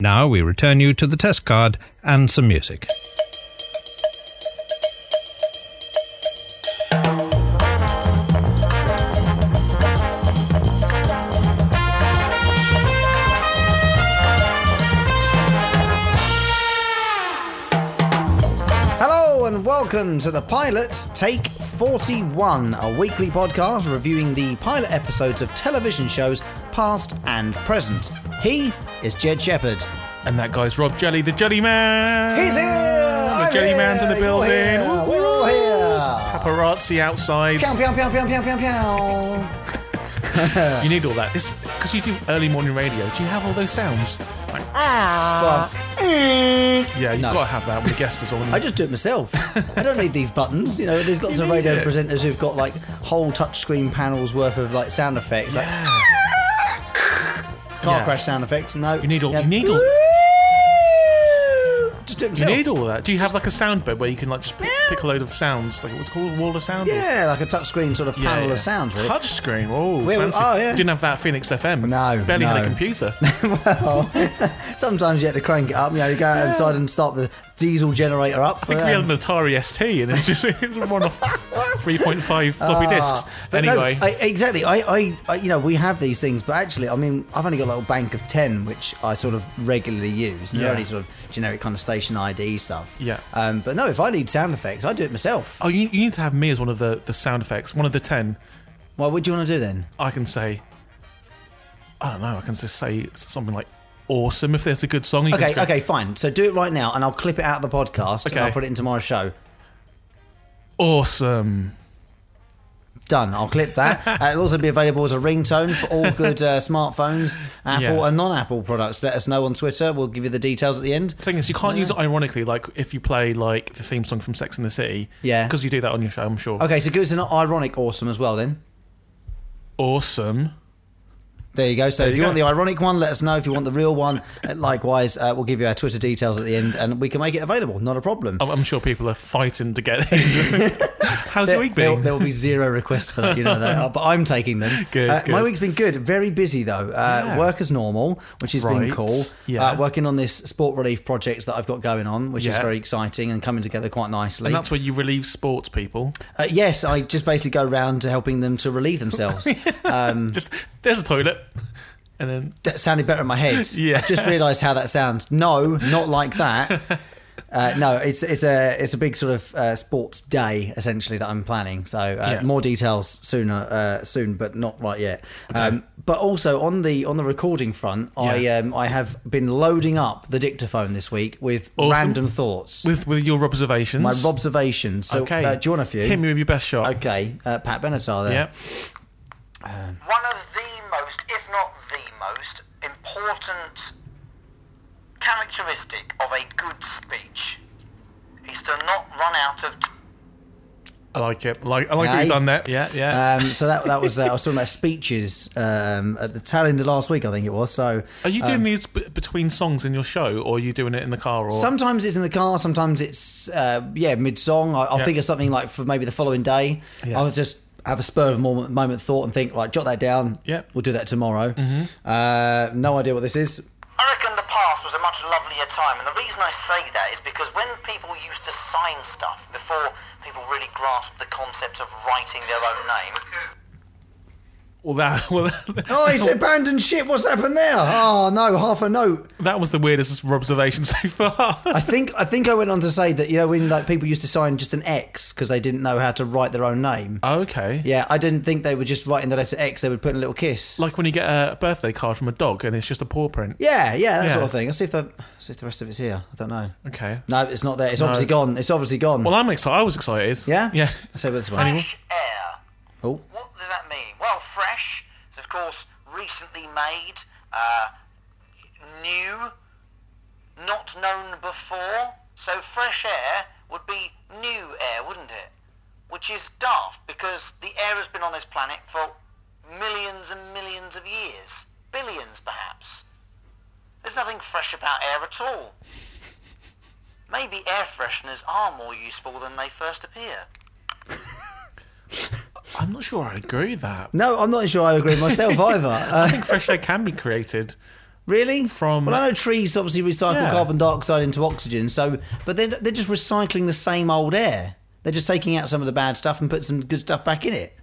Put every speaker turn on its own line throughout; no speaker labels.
Now we return you to the test card and some music.
Hello and welcome to the pilot Take 41, a weekly podcast reviewing the pilot episodes of television shows past and present. He is Jed Shepherd.
And that guy's Rob Jelly, the Jelly Man.
He's here!
The
I'm
Jelly
here!
Man's in the
You're
building.
here!
Woo,
We're
woo.
all here!
Paparazzi outside.
Pew, pew, pew, pew, pew, pew, pew.
You need all that. This because you do early morning radio. Do you have all those sounds? Like, Uh,
Well,
yeah, you've
No.
got to have that when the guest is on.
I just do it myself. I don't need these buttons. You know, there's lots of
need
radio
it.
presenters who've got like whole touchscreen panels worth of like sound effects, like
yeah.
car
Yeah.
crash sound effects. No,
You need all.
Yeah.
You need all.
Just do it
You
myself.
need all that. Do you have like a soundbed where you can like just pick, pick a load of sounds? Like what's it called a wall of sound?
Yeah, like a touchscreen sort of
Yeah,
panel
yeah.
of sounds, really.
Touch screen. Oh,
Wait,
fancy.
oh, yeah.
Didn't have that at Phoenix FM.
No,
Barely had
no.
a computer.
Sometimes you had to crank it up. You know, you go outside and start the diesel generator up. um,
I think we had an Atari ST and it's just it's one off 3.5 floppy discs. Ah, Anyway,
Ah. I, exactly. I, I, I, you know, we have these things, but actually, I mean, I've only got a little bank of ten, which I sort of regularly use. And They're
Yeah.
only sort of generic kind of station ID stuff.
Yeah.
Um, but no, if I need sound effects, I do it myself.
oh, you, you need to have me as one of the, the sound effects, one of the 10.
Well, what do you want to do then?
I can say, I don't know, I can just say something like awesome if there's a good song. You can
Okay,
just go,
okay, fine. So do it right now, and I'll clip it out of the podcast, and
Okay.
I'll put it in tomorrow's show.
Awesome.
Done. I'll clip that. uh, it'll also be available as a ringtone for all good uh, smartphones, Apple
Yeah.
and non-Apple products. Let us know on Twitter. We'll give you the details at the end.
The thing is, you can't use it ironically, like if you play like the theme song from Sex and the City.
Yeah.
Because you do that on your show, I'm sure.
Okay, so give us an ironic awesome as well then.
Awesome.
There you go. So if
you
you
go.
want the ironic one, let us know. If you want the real one, uh, likewise, uh, we'll give you our Twitter details at the end, and we can make it available. Not a problem.
I'm, I'm sure people are fighting to get it. How's your week
There,
been?
there will be zero requests for that, you know that. uh, But I'm taking them.
Good,
Uh, My
good.
week's been good. Very busy though. Uh,
Yeah.
Work as normal, which has been
Right,
cool.
yeah.
Uh, working on this sport relief project that I've got going on, which is
Yeah.
very exciting and coming together quite nicely.
and that's where you relieve sports people.
Uh, yes, I just basically go around to helping them to relieve themselves. Mm.
Just there's a toilet, and then
that sounded better in my head.
Yeah.
I've just realised how that sounds. No, not like that. Uh, no, it's it's a it's a big sort of uh, sports day essentially that I'm planning. So uh,
Yeah.
more details sooner uh, soon, but not right yet. Um, but also on the on the recording front, I
Yeah.
um, I have been loading up the dictaphone this week with
Awesome.
random thoughts,
with with your observations.
my observations. So
okay,
uh, do you want a few?
Hit me with your best shot.
Okay, uh, Pat Benatar there.
Yeah.
one of the most, if not the most, important characteristic of a good speech is to not run out of t-
I like it. Like I like what
Aye.
you've done there. Yeah, yeah.
Um, so that that was uh, I was talking about speeches um, at the tail end of last week, I think it was. So
are you
Um,
doing these b- between songs in your show, or are you doing it in the car? Or
sometimes it's in the car, sometimes it's uh, yeah mid song. I, I'll
Yeah.
think of something like for maybe the following day.
Yeah.
I'll just have a spur of a moment, moment thought and think right, jot that down.
Yeah. Mm-hmm.
we'll do that tomorrow. Uh, no idea what this is.
I reckon the past was a much lovelier time, and the reason I say that is because when people used to sign stuff before people really grasped the concept of writing their own name,
well, that well, that,
Oh, it's abandoned ship. What's happened there? Oh no, half a note.
that was the weirdest observation so far.
I think I think I went on to say that you know when like people used to sign just an X because they didn't know how to write their own name.
okay.
Yeah, I didn't think they were just writing the letter X. They would put in a little kiss.
Like when you get a birthday card from a dog and it's just a paw print.
yeah, yeah, that
Yeah.
sort of thing. I'll see if the see if the rest of it's here. I don't know.
Okay.
No, it's not there. It's obviously gone. It's obviously gone.
Well, I'm excited. I was excited.
yeah,
Yeah.
So that's one.
fresh air.
Oh,
What does that mean? Well, fresh is, of course, recently made, uh, new, not known before. So fresh air would be new air, wouldn't it? Which is daft because the air has been on this planet for millions and millions of years, billions perhaps. There's nothing fresh about air at all. Maybe air fresheners are more useful than they first appear.
I'm not sure I agree with that.
no, I'm not sure I agree with myself either.
I
Uh,
think fresh air can be created.
Really?
From-
well, I know trees obviously recycle
Yeah.
carbon dioxide into oxygen. So, but then they're just recycling the same old air. They're just taking out some of the bad stuff and put some good stuff back in it.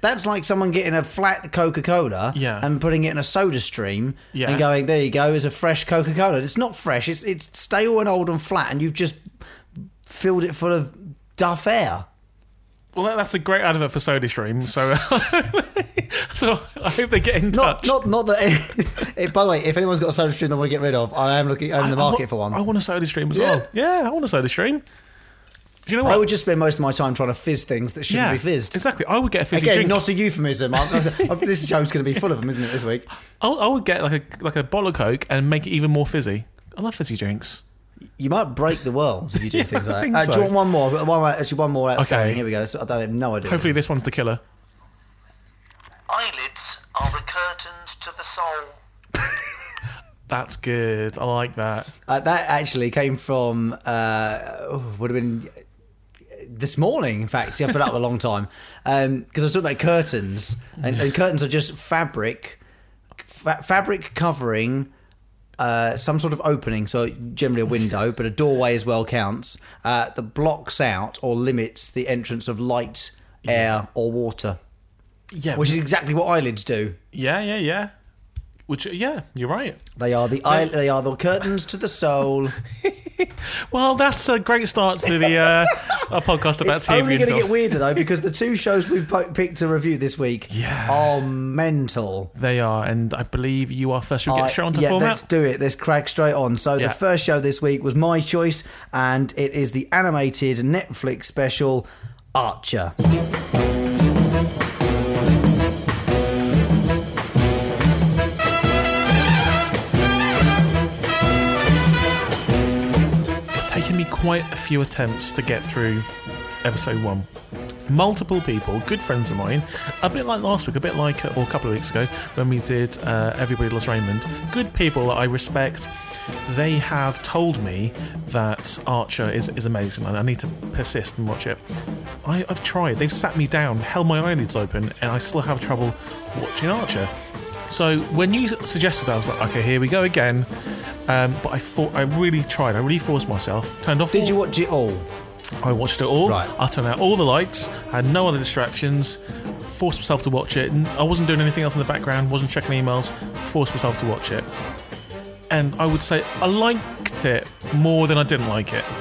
That's like someone getting a flat Coca Cola
Yeah.
and putting it in a Soda Stream
Yeah.
and going, "There you go, is a fresh Coca Cola." It's not fresh. It's it's stale and old and flat, and you've just filled it full of duff air.
Well, that- that's a great advert for SodaStream. So, so I hope they get in
Not,
touch.
not, not that. it- by the way, if anyone's got a soda stream they want to get rid of, I am looking. I'm in the
I- I
market
want-
for one.
I want a SodaStream as
Yeah.
well. Yeah, I want a SodaStream. Do you know what?
I would just spend most of my time trying to fizz things that shouldn't
yeah,
be fizzed.
Exactly. I would get a fizzy
Again,
drink.
not a euphemism. I'm, I'm, this show's going to be full of them, isn't it? This week.
I, I would get like a like a bottle of Coke and make it even more fizzy. I love fizzy drinks.
You might break the world if you do
Yeah,
things
I
like that.
think
Uh, Do you
so.
want one more? I've got One, actually, one more outstanding.
Okay.
Here we go. So I don't have no idea.
Hopefully, this one's the killer.
Eyelids are the curtains to the soul.
That's good. I like that.
Uh, that actually came from uh, oh, would have been uh, this morning. In fact, yeah, I've been up a long time because I was talking about curtains, and, and curtains are just fabric, fa- fabric covering. Uh, some sort of opening, so generally a window, but a doorway as well counts. Uh, that blocks out or limits the entrance of light, air, or water,
Yeah.
which is exactly what eyelids do.
yeah, yeah, yeah. Which yeah, you're right.
They are the eye- they are the curtains to the soul.
Well, that's a great start to the uh, our podcast about
It's
TV.
only going
and
to
film.
get weirder though because the two shows we've po- picked to review this week
Yeah.
are mental.
They are, and I believe you are first. Should we
I-
get straight onto
yeah,
format?
let's do it. Let's crack straight on. So
Yeah.
the first show this week was my choice, and it is the animated Netflix special Archer.
It's taken me quite a few attempts to get through episode one. Multiple people, good friends of mine, a bit like last week, a bit like, uh, or a couple of weeks ago, when we did uh, Everybody Loves Raymond, good people that I respect, they have told me that Archer is, is amazing and I need to persist and watch it. I, I've tried, they've sat me down, held my eyelids open, and I still have trouble watching Archer. So when you suggested that, I was like, okay, here we go again. Um, but I thought I really tried. I really forced myself. Turned off. all-
Did you watch it all?
I watched it all.
Right.
I turned out all the lights. Had no other distractions. Forced myself to watch it. N- I wasn't doing anything else in the background. Wasn't checking emails. Forced myself to watch it. And I would say I liked it more than I didn't like it.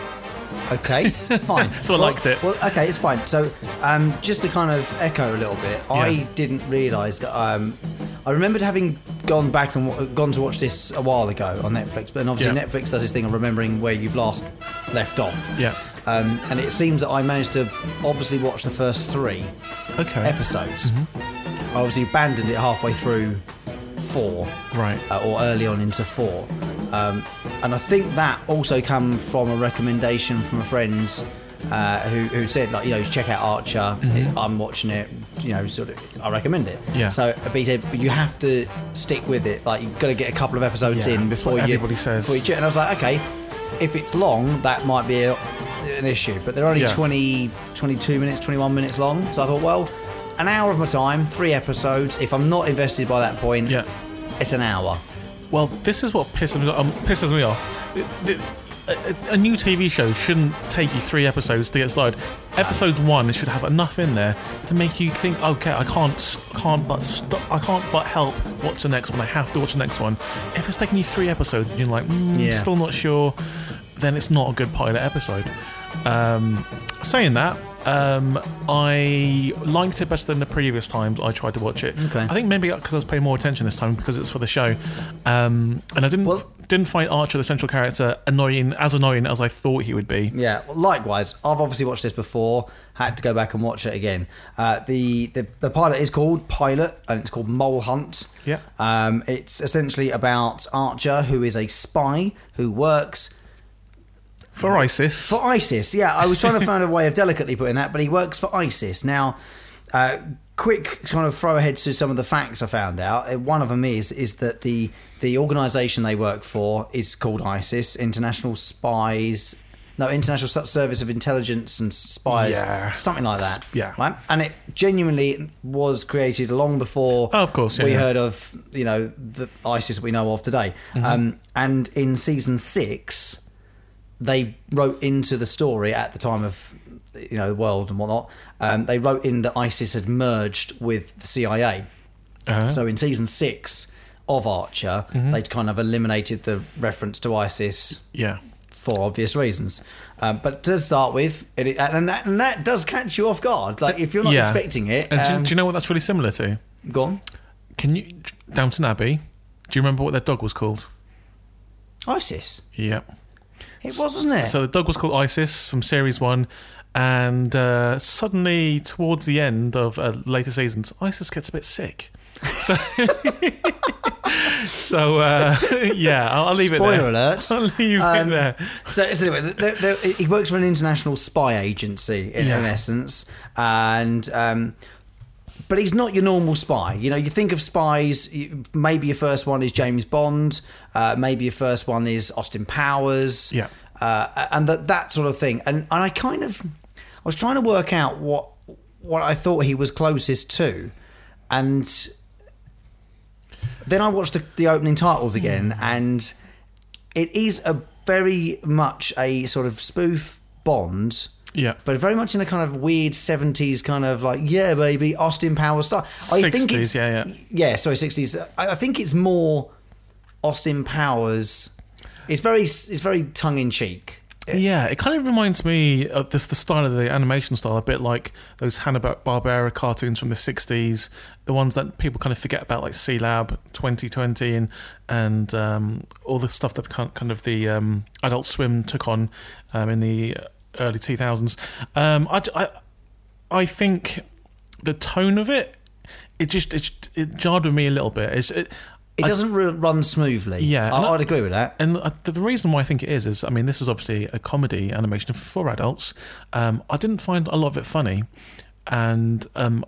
Okay, fine.
So I
Well-
liked it.
Well, okay, it's fine. So, um, just to kind of echo a little bit,
Yeah.
I didn't realise that. Um, I remembered having gone back and w- gone to watch this a while ago on Netflix, but obviously
Yeah.
Netflix does this thing of remembering where you've last left off.
Yeah.
Um, and it seems that I managed to obviously watch the first three
Okay. Mm-hmm.
episodes. I obviously abandoned it halfway through four,
Right.
uh, or early on into four, um, and I think that also come from a recommendation from a friend uh, who, who said like you know check out Archer. It- I'm watching it. You know, sort of, I recommend it.
Mm-hmm. Yeah.
So, but he said you have to stick with it. Like you've got to get a couple of episodes
Yeah,
in
that's
before
what
you.
everybody says.
Before you check. And I was like, okay, if it's long, that might be a, an issue. But they're only
Yeah.
20, 22 minutes, 21 minutes long. So I thought, well, an hour of my time, three episodes. If I'm not invested by that point,
Yeah.
it's an hour.
Well, this is what pisses me, um, pisses me off. It- it- A, a new TV show shouldn't take you three episodes to get started. Episode one should have enough in there to make you think, okay, I can't, s- can't but stop, I can't but help watch the next one. I have to watch the next one. If it's taking you three episodes and you're like, mm,
Yeah.
still not sure, then it's not a good pilot episode. Um, saying that, um, I liked it better than the previous times I tried to watch it.
Okay.
I think maybe because I was paying more attention this time because it's for the show, um, and I didn't
Well-
didn't find Archer the central character annoying as annoying as I thought he would be.
Yeah. Well, likewise, I've obviously watched this before. Had to go back and watch it again. Uh, the, the the pilot is called Pilot, and it's called Mole Hunt.
Yeah.
Um, it's essentially about Archer, who is a spy who works
For ISIS,
For ISIS, yeah. I was trying to find a way of delicately putting that, but he works for ISIS. Now, uh, quick kind of throw ahead to some of the facts I found out. Uh, One of them is is that the the organisation they work for is called ISIS, International Spies. no international Su- service of intelligence and spies,
Yeah.
something like that.
Yeah.
right? and it genuinely was created long before.
Oh, of course, yeah,
we
yeah.
heard of you know the ISIS that we know of today.
Mm-hmm.
Um, and in season six, they wrote into the story at the time of you know the world and whatnot. Um, they wrote in that ISIS had merged with the CIA.
Uh-huh. Mm-hmm.
So in season six of Archer, they'd kind of eliminated the reference to ISIS
yeah.
for obvious reasons. Um, but to start with, it, and that and that does catch you off guard. Like if you're not
yeah.
expecting it,
And do-
um,
do, you know what that's really similar to?
go on.
Can you Downton Abbey? Do you remember what their dog was called?
ISIS.
Yeah.
It was, wasn't it?
So the dog was called Isis from series one, and uh, suddenly towards the end of uh, later seasons, Isis gets a bit sick. So, so uh, yeah, I'll, I'll leave it
Spoiler
there.
alert.
I'll leave
Um,
it there.
So, so anyway, there, there, he works for an international spy agency in, in
Yeah.
essence, and um, but he's not your normal spy. You know, you think of spies. you- Maybe your first one is James Bond. Uh, maybe your first one is Austin Powers.
Yeah.
uh, and that that sort of thing. And and I kind of, I was trying to work out what what I thought he was closest to, and then I watched the, the opening titles
Hmm.
again, and it is a very much a sort of spoof Bond,
Yeah,
but very much in a kind of weird seventies kind of like yeah, baby, Austin Powers style. I think
60s,
it's
yeah, yeah.
yeah, sorry, sixties. I, I think it's more Austin Powers. It's very it's very tongue in cheek.
yeah. It kind of reminds me of this the style of the animation style, a bit like those Hanna Barbera cartoons from the '60s, the ones that people kind of forget about, like C Lab 2020 and and um, all the stuff that kind kind of the um, Adult Swim took on um, in the early 2000s. Um, I, I I think the tone of it, it just it, it jarred with me a little bit. It's, it,
It
I-
doesn't ru- run smoothly.
Yeah, and
I,
I-
I'd agree with that.
and uh, the, the reason why I think it is is I mean this is obviously a comedy animation for adults. Um, I didn't find a lot of it funny, and um,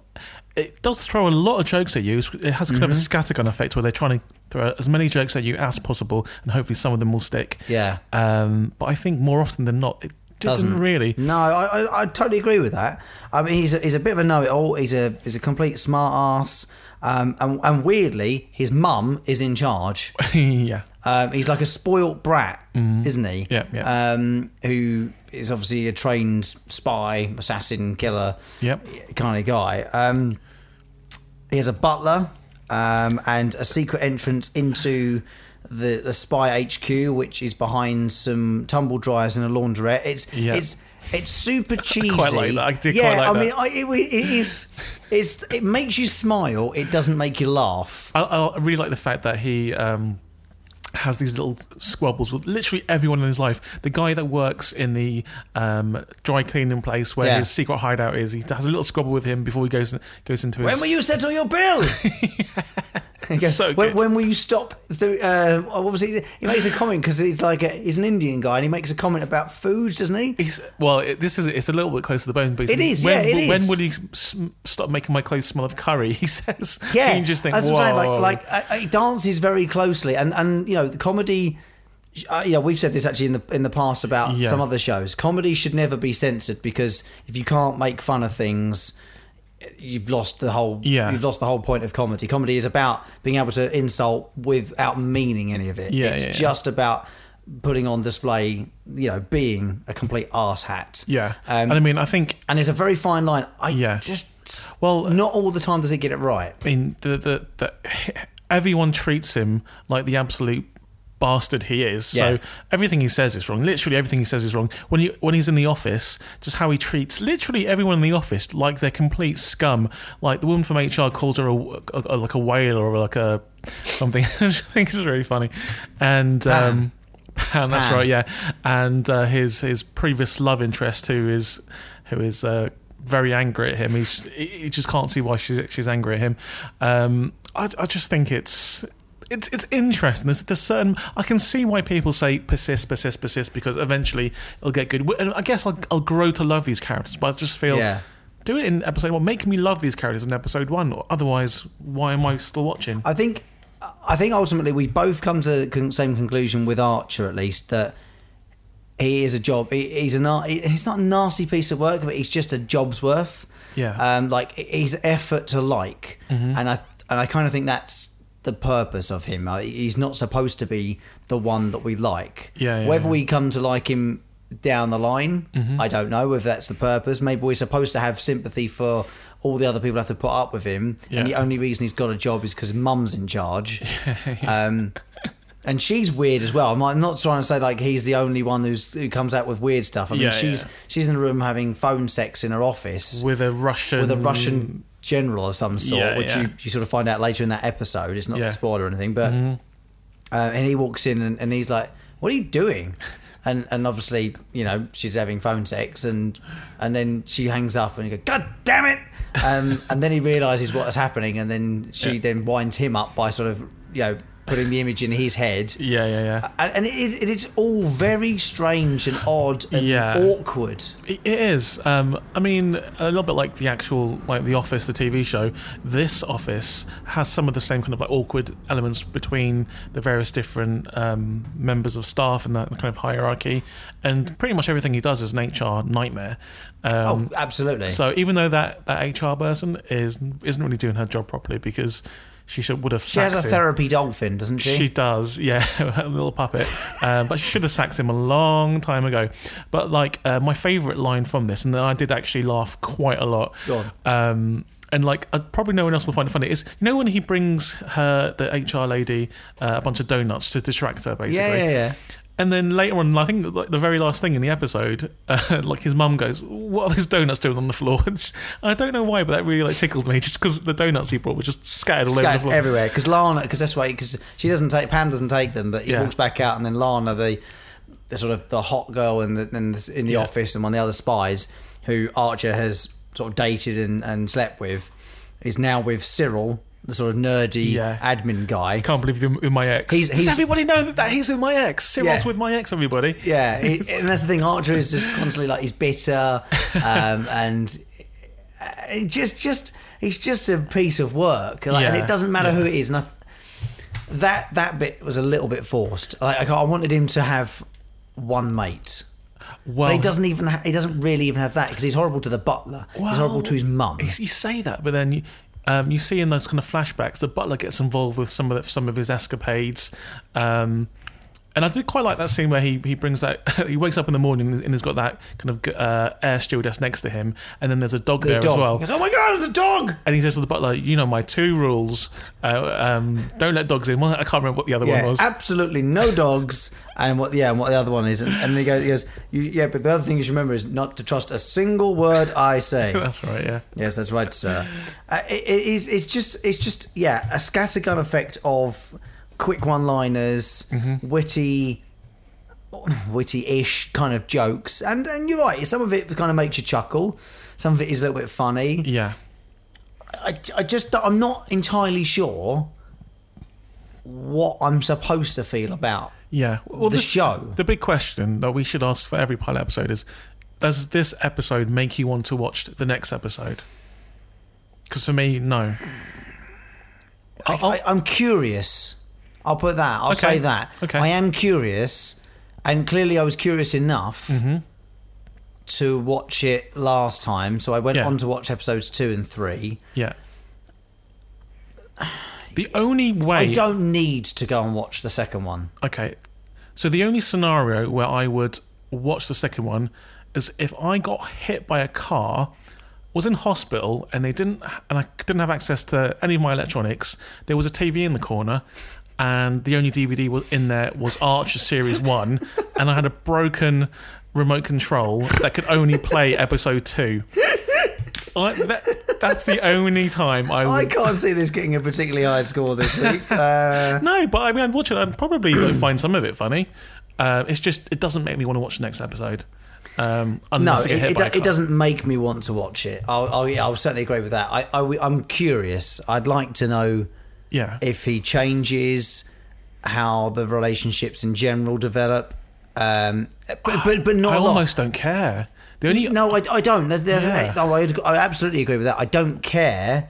it does throw a lot of jokes at you. It's- It has kind of a
Mm-hmm.
scattergun effect where they're trying to throw as many jokes at you as possible, and hopefully some of them will stick.
Yeah.
Um, but I think more often than not, it didn't
Doesn't.
really.
No, I, I, I totally agree with that. I mean, he's a, he's a bit of a know-it-all. He's a he's a complete smart ass. Um, and, and weirdly, his mum is in charge.
yeah.
Um, he's like a spoilt brat, isn't he?
Mm-hmm. Yeah, yeah.
Um, who is obviously a trained spy, assassin, killer,
Yep.
kind of guy. Um, he has a butler um, and a secret entrance into the, the spy HQ, which is behind some tumble dryers and a laundrette. It's
Yeah.
it's it's super cheesy.
like that. I do quite
yeah,
like
I
that.
mean, I, it, it is. It's it makes you smile. It doesn't make you laugh.
I, I really like the fact that he um, has these little squabbles with literally everyone in his life. The guy that works in the um, dry cleaning place where
Yeah.
his secret hideout is, he has a little squabble with him before he goes goes into his.
When will you settle your bill? He goes,
So
when,
good.
when will you stop? So, uh, what was he? He makes a comment because he's like a, he's an Indian guy and he makes a comment about food, doesn't he?
He's, well, it, this is it's a little bit close to the bone, but he's-
It is,
When,
yeah, it
will- when
is.
will you sm- stop making my clothes smell of curry? He says.
Yeah,
And you just think,
that's
Whoa.
what I'm saying. Like, like uh, it dances very closely, and and you know, the comedy. Uh, yeah, we've said this actually in the in the past about
Yeah.
some other shows. Comedy should never be censored because if you can't make fun of things, you've lost the whole.
Yeah.
you've lost the whole point of comedy. Comedy is about being able to insult without meaning any of it.
Yeah,
it's
yeah, yeah.
just about putting on display, you know, being a complete arse hat.
yeah,
um,
and I mean, I think
and it's a very fine line. I
Yeah.
just
well,
not all the time does it get it right.
I mean, the, the, the, everyone treats him like the absolute bastard he is.
Yeah.
So everything he says is wrong. Literally everything he says is wrong. When you when he's in the office, just how he treats literally everyone in the office like they're complete scum. Like the woman from HR calls her a, a- a- like a whale or like a something. I think it's really funny. And um, Pan, that's
Pan.
right, yeah. And uh, his his previous love interest who is who is uh, very angry at him. He's he he just can't see why she's she's angry at him. Um, I I just think it's. It's, it's interesting. There's, there's certain I can see why people say persist, persist, persist because eventually it'll get good. And I guess I'll, I'll grow to love these characters, but I just feel
Yeah.
do it in episode one. Make me love these characters in episode one, or otherwise, why am I still watching?
I think I think ultimately we both come to the con- same conclusion with Archer at least that he is a job. He, he's a na- he- he's not a nasty piece of work, but he's just a job's worth.
Yeah. Mm-hmm.
Um, like he- he's effort to like, and I and I kind of think that's the purpose of him. Uh, He's not supposed to be the one that we like.
Yeah, yeah,
Whether
yeah. Mm-hmm.
we come to like him down the line, I don't know if that's the purpose. Maybe we're supposed to have sympathy for all the other people who have to put up with him, and
Yeah.
the only reason he's got a job is because mum's in charge. Um, and she's weird as well. I'm like- I'm not trying to say like he's the only one who's who comes out with weird stuff. I mean,
Yeah,
she's
yeah.
she's in the room having phone sex in her office
with a Russian
with a Russian general of some sort,
Mm. Yeah,
which
yeah.
You, you sort of find out later in that episode. It's not
Yeah. Mm-hmm.
a spoiler or anything, but uh, and he walks in and, and he's like, "What are you doing?" And and obviously, you know, she's having phone sex, and and then she hangs up, and you go, "God damn it!" Um, and then he realizes what is happening, and then she
Yeah.
then winds him up by sort of you know putting the image in his head.
Yeah, yeah, yeah.
And and it is it is all very strange and odd and
Yeah.
awkward.
It it is. Um, I mean, a little bit like the actual, like the Office, the TV show. This Office has some of the same kind of like awkward elements between the various different um, members of staff and that kind of hierarchy. And pretty much everything he does is an HR nightmare. Um,
oh, absolutely.
So even though that, that HR person is isn't really doing her job properly because she should would have
she has a
sacked him.
therapy dolphin, doesn't
She does, yeah, a little puppet. Um, but she should have sacked him a long time ago. But like uh, my favourite line from this, and I did actually laugh quite a lot.
Go
Um, and like uh, probably no one else will find it funny. Is you know when he brings her the HR lady uh, a bunch of donuts to distract her, basically.
Yeah, yeah, yeah.
And then later on, I think like, the very last thing in the episode, uh, like his mum goes, "What are those donuts doing on the floor?" And she- I don't know why, but that really like tickled me, just because the donuts he brought were just scattered all over the
Scattered
floor.
everywhere because Lana, because that's why, because she doesn't take Pam doesn't take them, but he
Yeah.
walks back out, and then Lana, the, the sort of the hot girl in the in the, in the
Yeah.
office, and one of the other spies who Archer has sort of dated and, and slept with, is now with Cyril, the sort of nerdy
Yeah.
admin guy.
Can't believe you're with my ex.
He's-
Does
he's-
everybody know that, that he's with my ex? Cyril's
Yeah.
with my ex, everybody.
Yeah, he, and that's the thing. Archer is just constantly like he's bitter, um, and uh, it just just he's just a piece of work, like, and
Yeah,
it doesn't matter who
yeah.
it is. And I, th- that that bit was a little bit forced. Like I, ca- I wanted him to have one mate.
Well,
But he doesn't even. Ha- he doesn't really even have that because he's horrible to the butler. he's horrible to his mum.
he's- You say that, but then you, um, you see in those kind of flashbacks, the butler gets involved with some of the, some of his escapades. Um, and I did quite like that scene where he, he brings that he wakes up in the morning and he's got that kind of uh, air stewardess next to him, and then there's a dog there as
Dog.
well.
He goes, oh my god, it's a dog!
and he says to the butler, "You know my two rules: uh, um, don't let dogs in." Well, I can't remember what the other
Yeah,
one was.
absolutely no dogs. And what? Yeah, and what the other one is? And, and he goes, he goes you, "Yeah, but the other thing you should remember is not to trust a single word I say."
That's right. Yeah.
yes, that's right, sir. Uh, it, it is. It's just. It's just. Yeah, a scattergun effect of quick one-liners,
Mm-hmm.
witty, witty-ish kind of jokes. And and you're right. Some of it kind of makes you chuckle. Some of it is a little bit funny.
Yeah.
I, I just I'm not entirely sure what I'm supposed to feel about
Yeah. Well,
the
this-
show.
The big question that we should ask for every pilot episode is Does this episode make you want to watch the next episode? Because for me, no.
I, I, I'm curious. I'll put that. I'll
Okay.
say that.
Okay.
I am curious, and clearly I was curious enough to watch it last time. So I went
Yeah.
on to watch episodes two and three.
Yeah. The only way.
I don't need to go and watch the second one.
Okay. So the only scenario where I would watch the second one is if I got hit by a car, was in hospital, and they didn't, and I didn't have access to any of my electronics. There was a TV in the corner, and the only DVD was in there was Archer Series One, and I had a broken remote control that could only play Episode Two. I, that, that's the only time I would
I can't see this getting a particularly high score this week. Uh,
no, but I mean, I'd watch it. I'd probably like, find some of it funny. Uh, it's just it doesn't make me want to watch the next episode. Um,
No,
unless
it,
I get hit
it,
by a
do-
car.
it doesn't make me want to watch it. I'll, I'll, yeah, I'll certainly agree with that. I, I, am curious. I'd like to know
Yeah,
if he changes, how the relationships in general develop. Um, but, but, but not
I
a lot.
almost don't care. The only
No, I, I don't. That's the other
Yeah.
thing. Oh, I'd- I, absolutely agree with that. I don't care,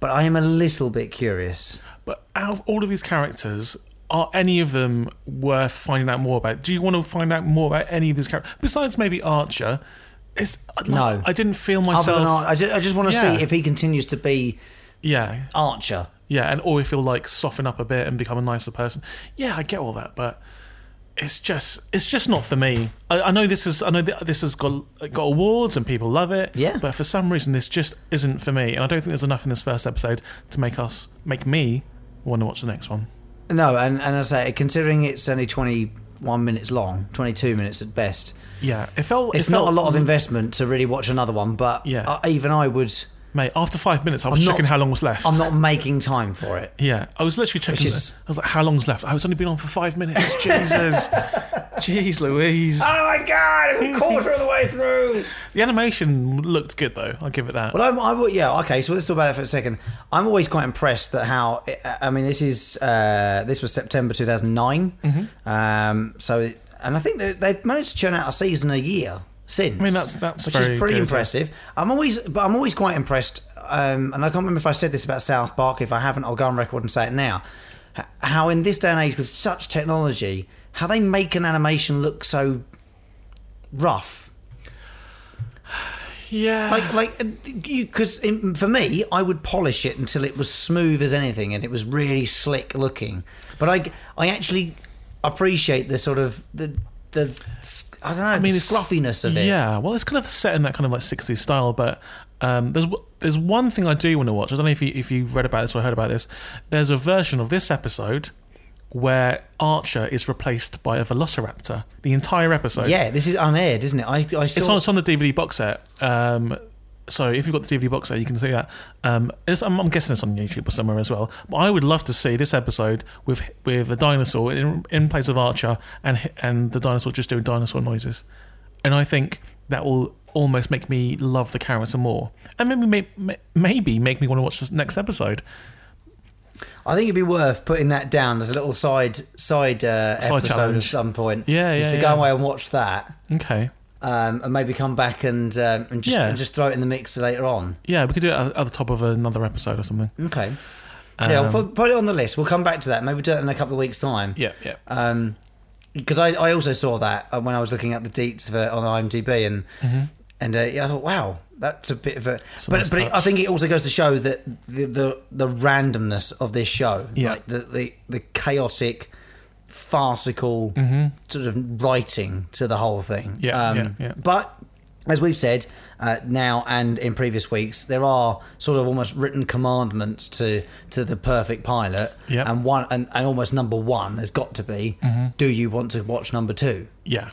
but I am a little bit curious.
but out of all of these characters, Are any of them worth finding out more about? Do you want to find out more about any of these characters besides maybe Archer? It's like,
No.
I didn't feel
Other
myself.
than Ar- I, just, I just want to
Yeah.
see if he continues to be
yeah,
Archer.
yeah, and or if he'll like soften up a bit and become a nicer person. Yeah, I get all that, but it's just it's just not for me. I, I know this is I know th- this has got got awards and people love it.
Yeah.
but for some reason this just isn't for me, and I don't think there's enough in this first episode to make us make me want to watch the next one.
No, and and I say considering it's only twenty one minutes long, twenty two minutes at best.
Yeah, it felt
It's
it
not
felt-
a lot of investment to really watch another one, but
Yeah.
I, even I would.
Mate, after five minutes, I was
I'm not-
checking how long was left.
I'm not making time for it.
Yeah, I was literally checking.
Which is-
the- I was like, "How long's left?" I was only been on for five minutes. Jesus, jeez, Louise.
Oh my god! I'm a quarter of the way through.
The animation looked good though. I'll give it that.
But I'm, I would, yeah, okay. So let's talk about that for a second. I'm always quite impressed that how, I mean, this is uh, this was September 2009.
Mm-hmm.
Um, so, it- and I think that they've managed to churn out a season a year since. I
mean, that's- that's
which
very
is pretty
good,
impressive. I'm always, but I'm always quite impressed. Um, and I can't remember if I said this about South Park. If I haven't, I'll go on record and say it now. H- How in this day and age with such technology, how they make an animation look so rough
yeah,
like like you because for me i would polish it until it was smooth as anything and it was really slick looking but i i actually appreciate the sort of the the s- i don't know i mean the fluffiness of it
Yeah, well, it's kind of set in that kind of like '60s style. But um, there's w- there's one thing I do want to watch. I don't know if you if you read about this or heard about this. There's a version of this episode where Archer is replaced by a Velociraptor. The entire episode.
yeah this is unaired isn't it i, I
It's
saw
on, it's on the DVD box set. Um, so if you've got the DVD box set, you can see that. Um, it's, I'm, I'm guessing it's on YouTube or somewhere as well. But I would love to see this episode with with the dinosaur in, in place of Archer and hi- and the dinosaur just doing dinosaur noises. And I think that will almost make me love the character more, and maybe may- may, maybe make me want to watch this next episode.
i think it'd be worth putting that down as a little side side, uh, episode
Side
at
challenge.
some point
Yeah,
just
yeah,
to go
yeah.
away and watch that
Okay.
um, and maybe come back and um, and just
Yeah.
and just throw it in the mix later on
Yeah, we could do it at, at the top of another episode or something.
okay yeah we'll put, put it on the list we'll come back to that maybe do it in a couple of weeks time
Um, Yeah, yeah.
Um 'cause because I, I also saw that uh, when I was looking at the deets for, on IMDb and and uh, yeah, I thought wow that's a bit of a
Mm-hmm. a
but
nice
but it, I
touch.
think it also goes to show that the the, the randomness of this show
Yeah.
like the the, the chaotic farcical sort of writing to the whole thing
Mm-hmm.
Um,
Yeah, yeah, yeah.
but as we've said uh, now and in previous weeks, there are sort of almost written commandments to to the perfect pilot,
Yeah.
and one and, and almost number one has got to be: Do you want to watch number two?
yeah.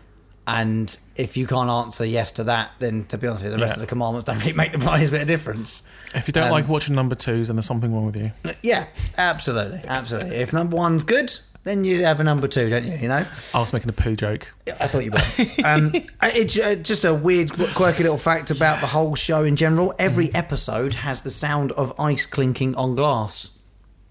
And if you can't answer yes to that, then to be honest, with you, the rest
Yeah.
of the commandments don't really make the slightest bit of difference.
If you don't like watching number twos, then there's something wrong with you.
Yeah, absolutely, absolutely. If number one's good, then you have a number two, don't you? You know.
I was making a poo joke.
I thought you were. um, I- it's uh, just a weird, quirky little fact about the whole show in general.
Hmm.
Every episode has the sound of ice clinking on glass.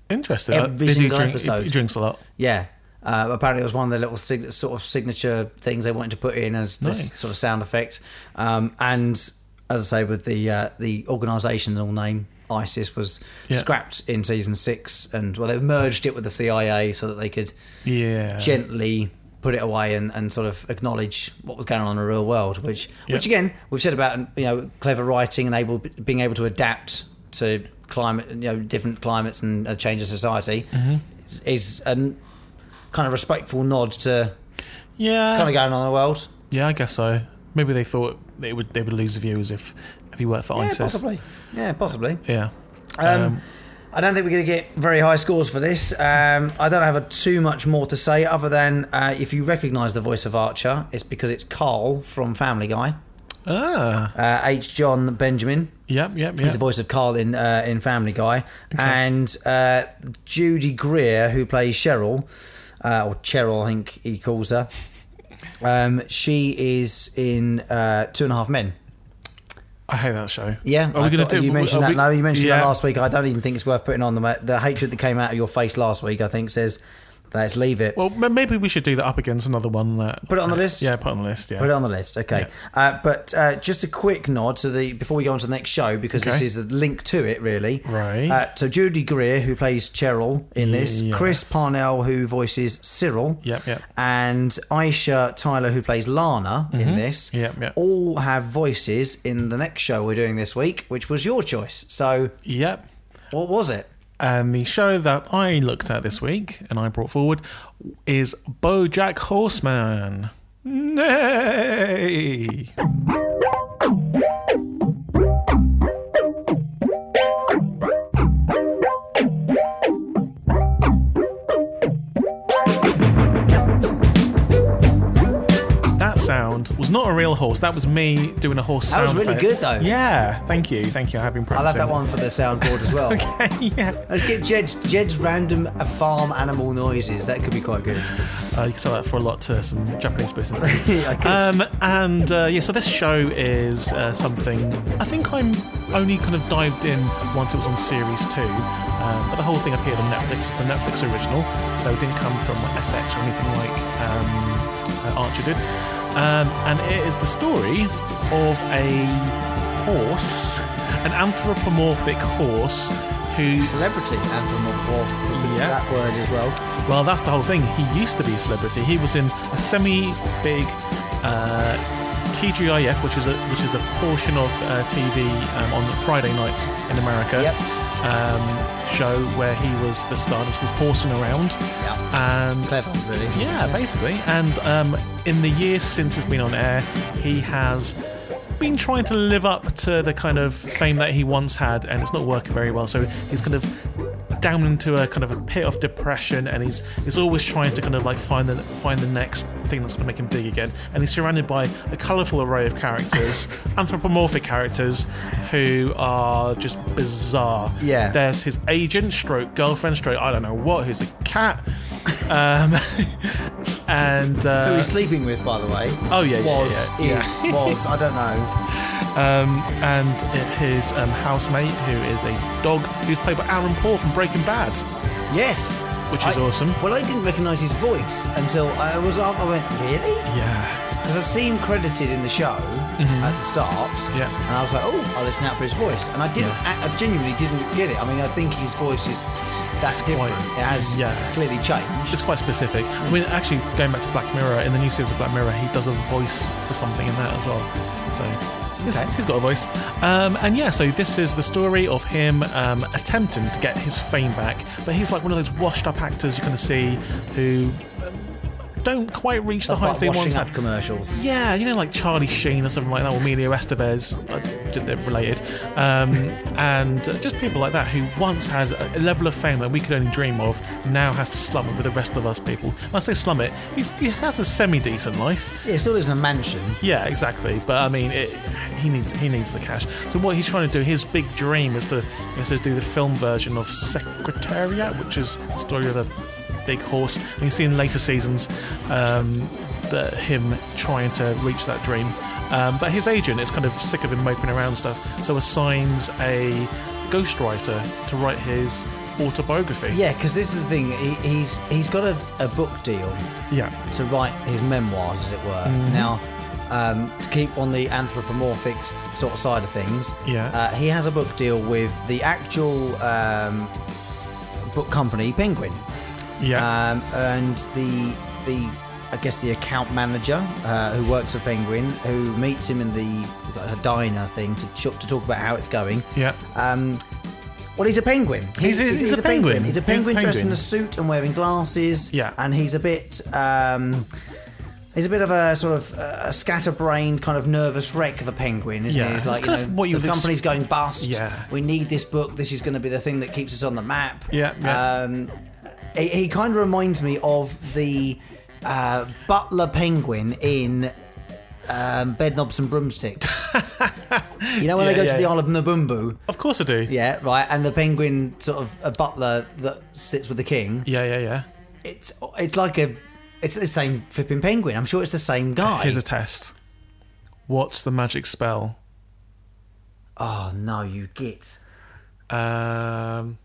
Interesting. Uh,
Every
They do
single
drink,
episode.
He drinks a lot.
Yeah. Uh, apparently, it was one of the little sig- sort of signature things they wanted to put in as this
Nice.
sort of sound effect. Um, and as I say, with the uh, the organisational name ISIS was
Yeah.
scrapped in season six, and well, they merged it with the CIA so that they could
Yeah.
gently put it away and, and sort of acknowledge what was going on in the real world which which
Yeah.
again we've said about you know clever writing and able being able to adapt to climate you know different climates and a change of society
Mm-hmm.
is, is a n- kind of respectful nod to
yeah.
kind of going on in the world
yeah, I guess so. Maybe they thought they would they would lose viewers if if he worked for
yeah
ISIS.
possibly yeah possibly
Yeah.
Um, I don't think we're going to get very high scores for this. Um, I don't have a, too much more to say other than uh, if you recognise the voice of Archer, it's because it's Carl from Family Guy.
ah.
uh, H. John Benjamin.
Yep. Yep.
He's the
Yep.
voice of Carl in uh, in Family Guy, and uh, Judy Greer, who plays Cheryl, uh, or Cheryl, I think he calls her. Um, she is in uh, Two and a Half Men.
I hate that show.
Yeah,
Are
I
we going
thought
to do?
You
are
mentioned that.
we-
no, you mentioned
yeah.
that last week. I don't even think it's worth putting on the ma- the hatred that came out of your face last week. I think says Let's leave it.
Well, m- maybe we should do that up against another one. That,
Put it on the list?
Yeah, put it on the list. Yeah.
Put it on the list, okay. Uh, but uh, just a quick nod to the before we go on to the next show because this
Okay.
is the link to it, really.
Right.
Uh, so Judy Greer, who plays Cheryl in this,
Yes.
Chris Parnell, who voices Cyril,
Yep, yep.
and Aisha Tyler, who plays Lana in this,
Mm-hmm. Yep, yep.
all have voices in the next show we're doing this week, which was your choice. So
Yep.
what was it?
And the show that I looked at this week and I brought forward is BoJack Horseman. Nay. That sound was not a real horse. That was me doing a horse
That
sound.
was really
effect.
good, though.
Yeah. Thank you. Thank you. I have been
I'll have
practicing.
that one for the soundboard as well.
yeah.
Let's get Jed's, Jed's random uh, farm animal noises. That could be quite good.
Uh, you can sell that for a lot to some Japanese business.
Yeah, I could.
um, and uh, yeah, so this show is uh, something I think I'm only kind of dived in once it was on series two, um, but the whole thing appeared on Netflix. It's a Netflix original, so it didn't come from FX or anything like um, uh, Archer did. Um, and it is the story of a horse, an anthropomorphic horse, who
celebrity anthropomorphic.
Yeah.
That word as well.
Well, that's the whole thing. He used to be a celebrity. He was in a semi-big uh, TGIF, which is a which is a portion of uh, TV um, on Friday nights in America.
Yep.
Um, show where he was the star. It was called Horsing Around.
Yeah.
And
Um, Clever, really.
yeah, basically. And um, in the years since it's been on air, he has been trying to live up to the kind of fame that he once had, and it's not working very well. So he's kind of down into a kind of a pit of depression, and he's he's always trying to kind of like find the find the next thing that's going to make him big again. And he's surrounded by a colourful array of characters, anthropomorphic characters, who are just bizarre.
Yeah.
there's his agent, stroke girlfriend, stroke I don't know what, who's a cat. Um, and
Who
uh,
he's sleeping with, by the way.
Oh, yeah, yeah,
Was,
yeah, yeah.
is, was, I don't know.
um, and his um, housemate, who is a dog, who's played by Aaron Paul from Breaking Bad.
Yes.
Which is
I-
awesome.
Well, I didn't recognise his voice until I was on. I went, really?
Yeah,
Because I see him credited in the show at the start.
Mm-hmm. Yeah.
And I was like, oh, I'll listen out for his voice. And I didn't, I- I genuinely didn't get it. I mean, I think his voice is that's different.
quite-
it has
yeah.
clearly changed.
it's quite specific. I mean, actually, going back to Black Mirror, in the new series of Black Mirror, he does a voice for something in that as well. So he's,
Okay.
he's got a voice. Um, and yeah, so this is the story of him um, attempting to get his fame back, but he's like one of those washed-up actors you kind of see who. um, Don't quite reach the
That's
heights
like
they once
washing
had.
up commercials.
Yeah, you know, like Charlie Sheen or something like that, or Emilio Estevez, uh, they're related, um, and uh, just people like that who once had a level of fame that we could only dream of, now has to slum it with the rest of us people. When I say slum it, he, he has a semi decent life,
Yeah, it still lives in a mansion.
yeah, exactly. But I mean, it, he needs he needs the cash. So what he's trying to do, his big dream is to is to do the film version of Secretariat, which is the story of a big horse. And you see in later seasons um, that him trying to reach that dream. Um, but his agent is kind of sick of him moping around and stuff, so assigns a ghostwriter to write his autobiography.
Yeah, because this is the thing. He, he's he's got a, a book deal
yeah.
to write his memoirs, as it were. Now, um, to keep on the anthropomorphic s- sort of side of things,
Yeah.
uh, he has a book deal with the actual um, book company, Penguin,
yeah.
um, and the the. I guess the account manager uh, who works for Penguin, who meets him in the a diner thing to, ch- to talk about how it's going.
yeah.
Um, well, he's a penguin.
He's a- he's a penguin.
He's a
He's a
penguin dressed
penguin.
in a suit and wearing glasses.
Yeah.
and he's a bit. Um, he's a bit of a sort of uh, a scatterbrained, kind of nervous wreck of a penguin, isn't
Yeah,
he? He's
it's
like,
kind
you
of
know,
what you
the
would ex-
company's going bust.
Yeah.
we need this book. This is going to be the thing that keeps us on the map.
Yeah, yeah.
Um, he, he kind of reminds me of the uh, butler penguin in. Um, bed knobs and broomsticks. you know when
Yeah,
they go
yeah.
to the Isle of Nabumbu
of course I do.
yeah, right. And the penguin, sort of a butler that sits with the king.
Yeah. Yeah. Yeah.
It's it's like a, it's the same flipping penguin. I'm sure it's the same guy.
Here's a test. What's the magic spell?
oh no, you git.
Um,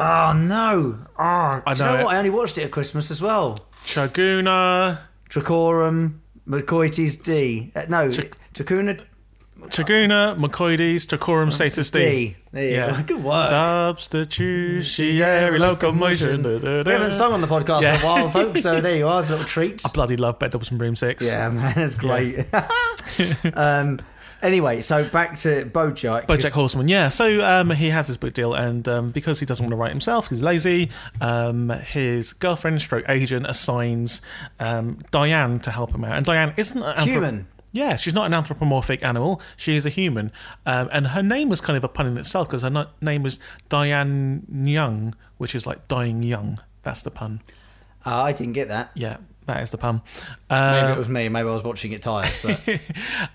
Oh no! Oh, I know.
know
You know
it.
what? I only watched it at Christmas as well.
Chaguna.
Tracorum, McCoity's D. Uh, no, Tracuna
Chaguna, McCoides, Tacorum status
Um, D.
D.
There you go. Good work.
Substitutionary locomotion.
We haven't sung on the podcast
Yeah.
in a while, folks. So there you are, it's a little treat.
Bloody love Bedouins and Broomsticks.
Yeah, man, that's great. um, anyway, so back to BoJack. 'cause-
Bojack Horseman, yeah. So um, he has this book deal, and um, because he doesn't want to write himself, he's lazy. Um, his girlfriend, stroke agent, assigns um, Diane to help him out, and Diane isn't an anthrop-
Human.
Yeah, she's not an anthropomorphic animal. She is a human, um, and her name was kind of a pun in itself because her no- name was Diane Young, which is like dying young. That's the pun.
Oh, I didn't get that.
Yeah, that is the pun.
Maybe
Uh,
it was me. Maybe I was watching it tired. But,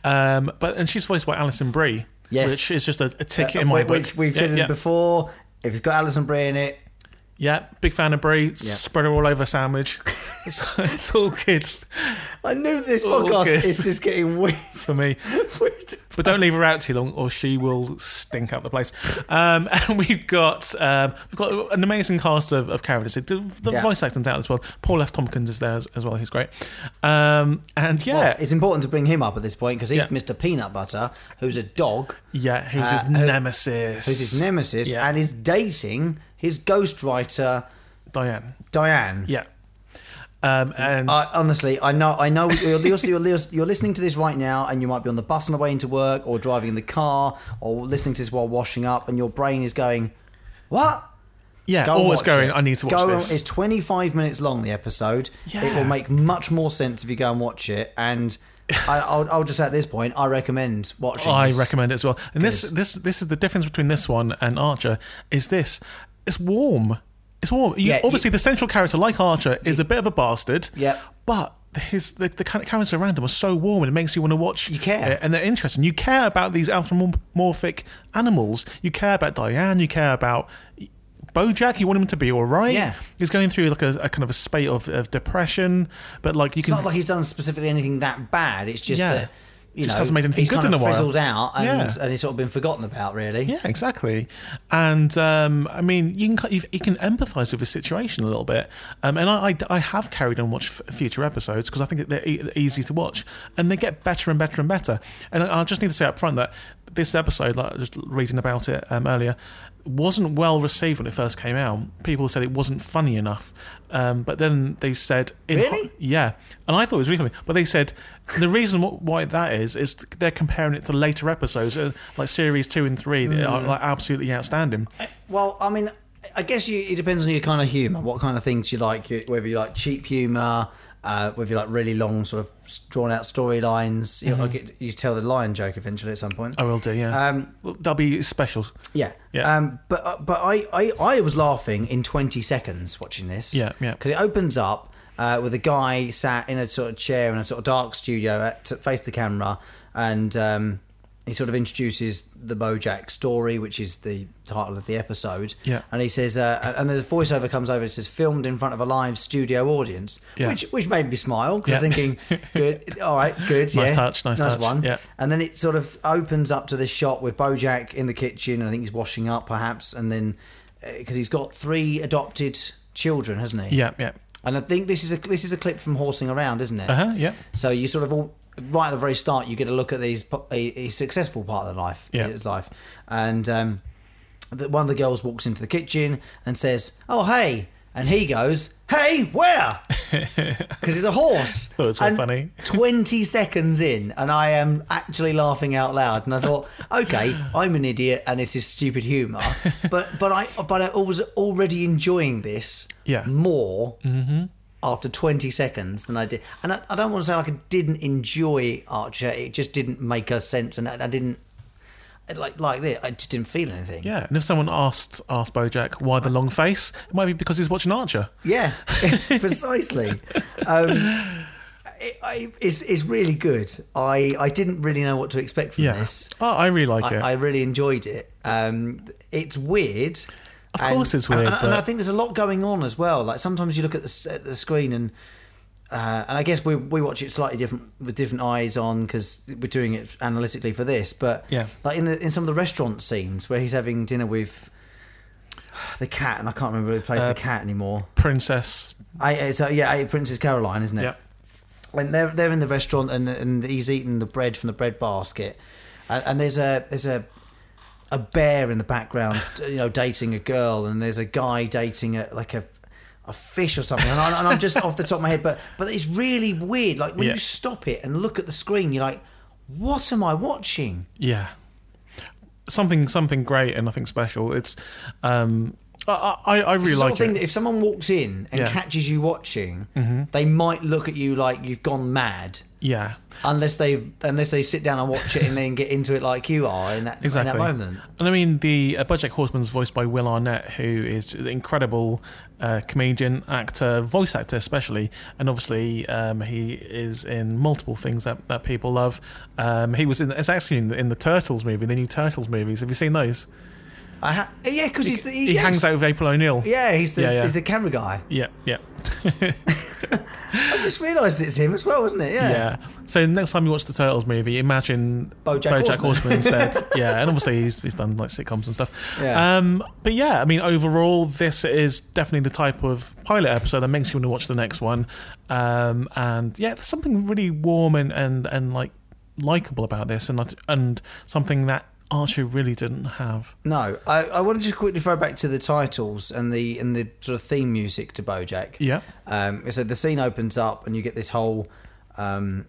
um, but and she's voiced by Alison Brie,
Yes.
which is just a, a ticket
Uh,
in my
which,
book.
which we've
Yeah,
said
yeah.
before. If it's got Alison Brie in it,
Yeah, big fan of Brie. Spread her all over a sandwich. it's, it's all good
I knew this
Oh,
podcast
okay.
is just getting weird.
for me.
weird.
But don't leave her out too long, or she will stink up the place. Um, and we've got um, we've got an amazing cast of, of characters. The, the
Yeah.
voice acting's out as well. Paul F. Tompkins is there as, as well. He's great. Um, and yeah,
It's important to bring him up at this point because he's
Yeah.
Mr. Peanut Butter, who's a dog,
yeah, who's his nemesis?
Uh, oh, who's his nemesis,
Yeah.
and is dating his ghostwriter
Diane.
Diane.
Yeah. Um, and
I, honestly, I know, I know. You're, you're, you're, you're listening to this right now, and you might be on the bus on the way into work, or driving in the car, or listening to this while washing up, and your brain is going, "What?
yeah,
Go and
always
watch
going.
it.
I need to watch
Go and-
this.
It's 25 minutes long. The episode. It
Yeah.
will make much more sense if you go and watch it. And I, I'll, I'll just say at this point, I recommend watching.
I
this.
recommend it as well. And this this this is the difference between this one and Archer is this. It's warm. It's warm. You,
Yeah,
obviously, the central character, like Archer, is a bit of a bastard.
Yeah.
But his the, the kind of characters around him are so warm and it makes you want to watch. You
care.
and they're interesting. You care about these anthropomorphic animals. You care about Diane. You care about. Bojack, you want him to be all right.
Yeah.
he's going through like a, a kind of a spate of, of depression, but like you
It's
can
not like he's done specifically anything that bad. It's just
Yeah.
that you
Just
know
hasn't made anything
he's
good
kind
in
of
a while.
frizzled out, and
Yeah.
and he's sort of been forgotten about, really.
Yeah, exactly. And um, I mean, you can you, you can empathise with the situation a little bit. Um, and I, I, I have carried on watch f- future episodes because I think that they're e- easy to watch, and they get better and better and better. And I, I just need to say up front that this episode, like I was just reading about it um, earlier, wasn't well received when it first came out. People said it wasn't funny enough, um, but then they said, in
Really?
yeah, and I thought it was really funny. But they said the reason wh- why that is is they're comparing it to later episodes, uh, like series two and three, that are
Mm.
like absolutely outstanding.
Well, I mean, I guess you, it depends on your kind of humour. What kind of things you like? you- Whether you like cheap humour, uh, whether you like really long, sort of drawn out storylines. You, know, I get, you tell the lion joke eventually at some point.
Mm-hmm. I will do, yeah.
Um,
Well, That'll be special.
yeah.
Yeah.
Um, but uh, but I, I, I was laughing in 20 seconds watching this.
Yeah, yeah.
Because it opens up uh, with a guy sat in a sort of chair in a sort of dark studio at, to face the camera and um, he sort of introduces the Bojack story, which is the title of the episode.
Yeah.
And he says, uh, and there's a voiceover comes over, it says, filmed in front of a live studio audience,
Yeah.
which, which made me smile because I
Yeah.
was thinking, good, all right, good.
Nice
yeah.
touch, nice touch,
one.
yeah.
And then it sort of opens up to this shot with Bojack in the kitchen. And I think he's washing up, perhaps. And then because he's got three adopted children, hasn't he?
Yeah, yeah.
And I think this is a this is a clip from Horsing Around, isn't it?
Uh huh. Yeah.
So you sort of all right at the very start, you get a look at these po- a, a successful part of their life,
Yeah.
his life, and um, the, one of the girls walks into the kitchen and says, "Oh hey." And he goes, "Hey, where?" Because it's a horse.
Thought it was so
And
funny.
Twenty seconds in, and I am actually laughing out loud. And I thought, "Okay, I'm an idiot, and this is stupid humor." But but I but I was already enjoying this
Yeah. Mm-hmm.
more after 20 seconds than I did. And I, I don't want to say like I didn't enjoy Archer. It just didn't make a sense, and I, I didn't like like this. I just didn't feel anything.
Yeah, and if someone asked asked BoJack why the long face, it might be because he's watching Archer.
Yeah, precisely. Um, it, I, it's, it's really good. I, I didn't really know what to expect from
Yeah,
this.
oh, I really like
I,
it.
I really enjoyed it. Um, it's weird.
Of course it's weird,
And, and I
but-
think there's a lot going on as well. Like sometimes you look at the, s- at the screen and. Uh, and I guess we we watch it slightly different with different eyes on because we're doing it analytically for this. But
Yeah.
like in the in some of the restaurant scenes where he's having dinner with the cat, and I can't remember who plays
Uh,
the cat anymore.
Princess.
I, it's uh, yeah, Princess Caroline, isn't it?
Yep.
and they're they're in the restaurant and and he's eating the bread from the bread basket, and, and there's a there's a a bear in the background, you know, dating a girl, and there's a guy dating a like a a fish or something, and, I, and I'm just off the top of my head, but but it's really weird. Like when
Yeah.
you stop it and look at the screen, you're like, what am I watching?
Yeah. Something something great and nothing special. It's um I I, I
It's
really
the
like
sort of thing
it.
that if someone walks in and
Yeah. Mm-hmm.
catches you watching, they might look at you like you've gone mad.
yeah.
unless they unless they sit down and watch it and then get into it like you are in that
Exactly.
in that moment.
And I mean, the uh, Bojack Horseman's voiced by Will Arnett, who is an incredible uh, comedian, actor, voice actor especially. And obviously, um, he is in multiple things that, that people love. Um, he was in, it's actually in the, in the Turtles movie, the new Turtles movies. Have you seen those?
I ha- yeah, because he's the,
He hangs out with April O'Neil.
Yeah, he's the
Yeah, yeah.
he's the camera guy.
Yeah, yeah,
I just realised it's him as well, wasn't it? Yeah.
yeah. So next time you watch the Turtles movie, imagine
Bojack
Bojack
Horseman.
Horseman instead. yeah, and obviously he's, he's done like sitcoms and stuff.
Yeah.
Um, but yeah, I mean, overall, this is definitely the type of pilot episode that makes you want to watch the next one. Um, and yeah, there's something really warm and and and like likable about this, and and something that Archer really didn't have.
No, I, I want to just quickly throw back to the titles and the and the sort of theme music to BoJack.
Yeah.
Um, so the scene opens up and you get this whole um,